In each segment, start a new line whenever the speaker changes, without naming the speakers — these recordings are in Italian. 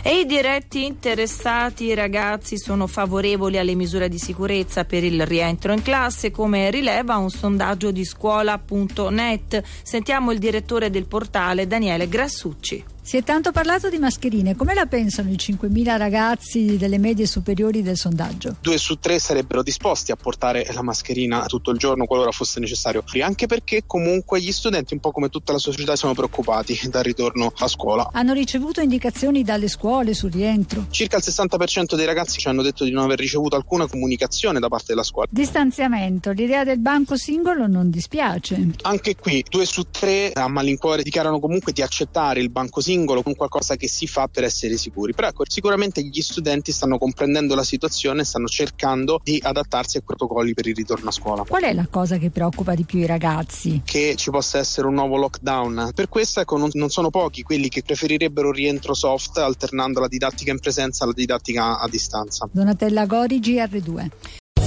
E i diretti interessati i ragazzi sono favorevoli alle misure di sicurezza per il rientro in classe, come rileva un sondaggio di scuola.net. Sentiamo il direttore del portale Daniele Grassucci.
Si è tanto parlato di mascherine, come la pensano i 5.000 ragazzi delle medie superiori del sondaggio?
Due su tre sarebbero disposti a portare la mascherina tutto il giorno qualora fosse necessario, anche perché comunque gli studenti, un po' come tutta la società, sono preoccupati dal ritorno a scuola.
Hanno ricevuto indicazioni dalle scuole sul rientro?
Circa il 60% dei ragazzi ci hanno detto di non aver ricevuto alcuna comunicazione da parte della scuola.
Distanziamento, l'idea del banco singolo non dispiace.
Anche qui due su tre a malincuore dichiarano comunque di accettare il banco singolo con qualcosa che si fa per essere sicuri. Però ecco, sicuramente gli studenti stanno comprendendo la situazione, stanno cercando di adattarsi ai protocolli per il ritorno a scuola.
Qual è la cosa che preoccupa di più i ragazzi?
Che ci possa essere un nuovo lockdown. Per questo ecco, non, non sono pochi quelli che preferirebbero un rientro soft alternando la didattica in presenza alla didattica a distanza.
Donatella Gori, GR2.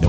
No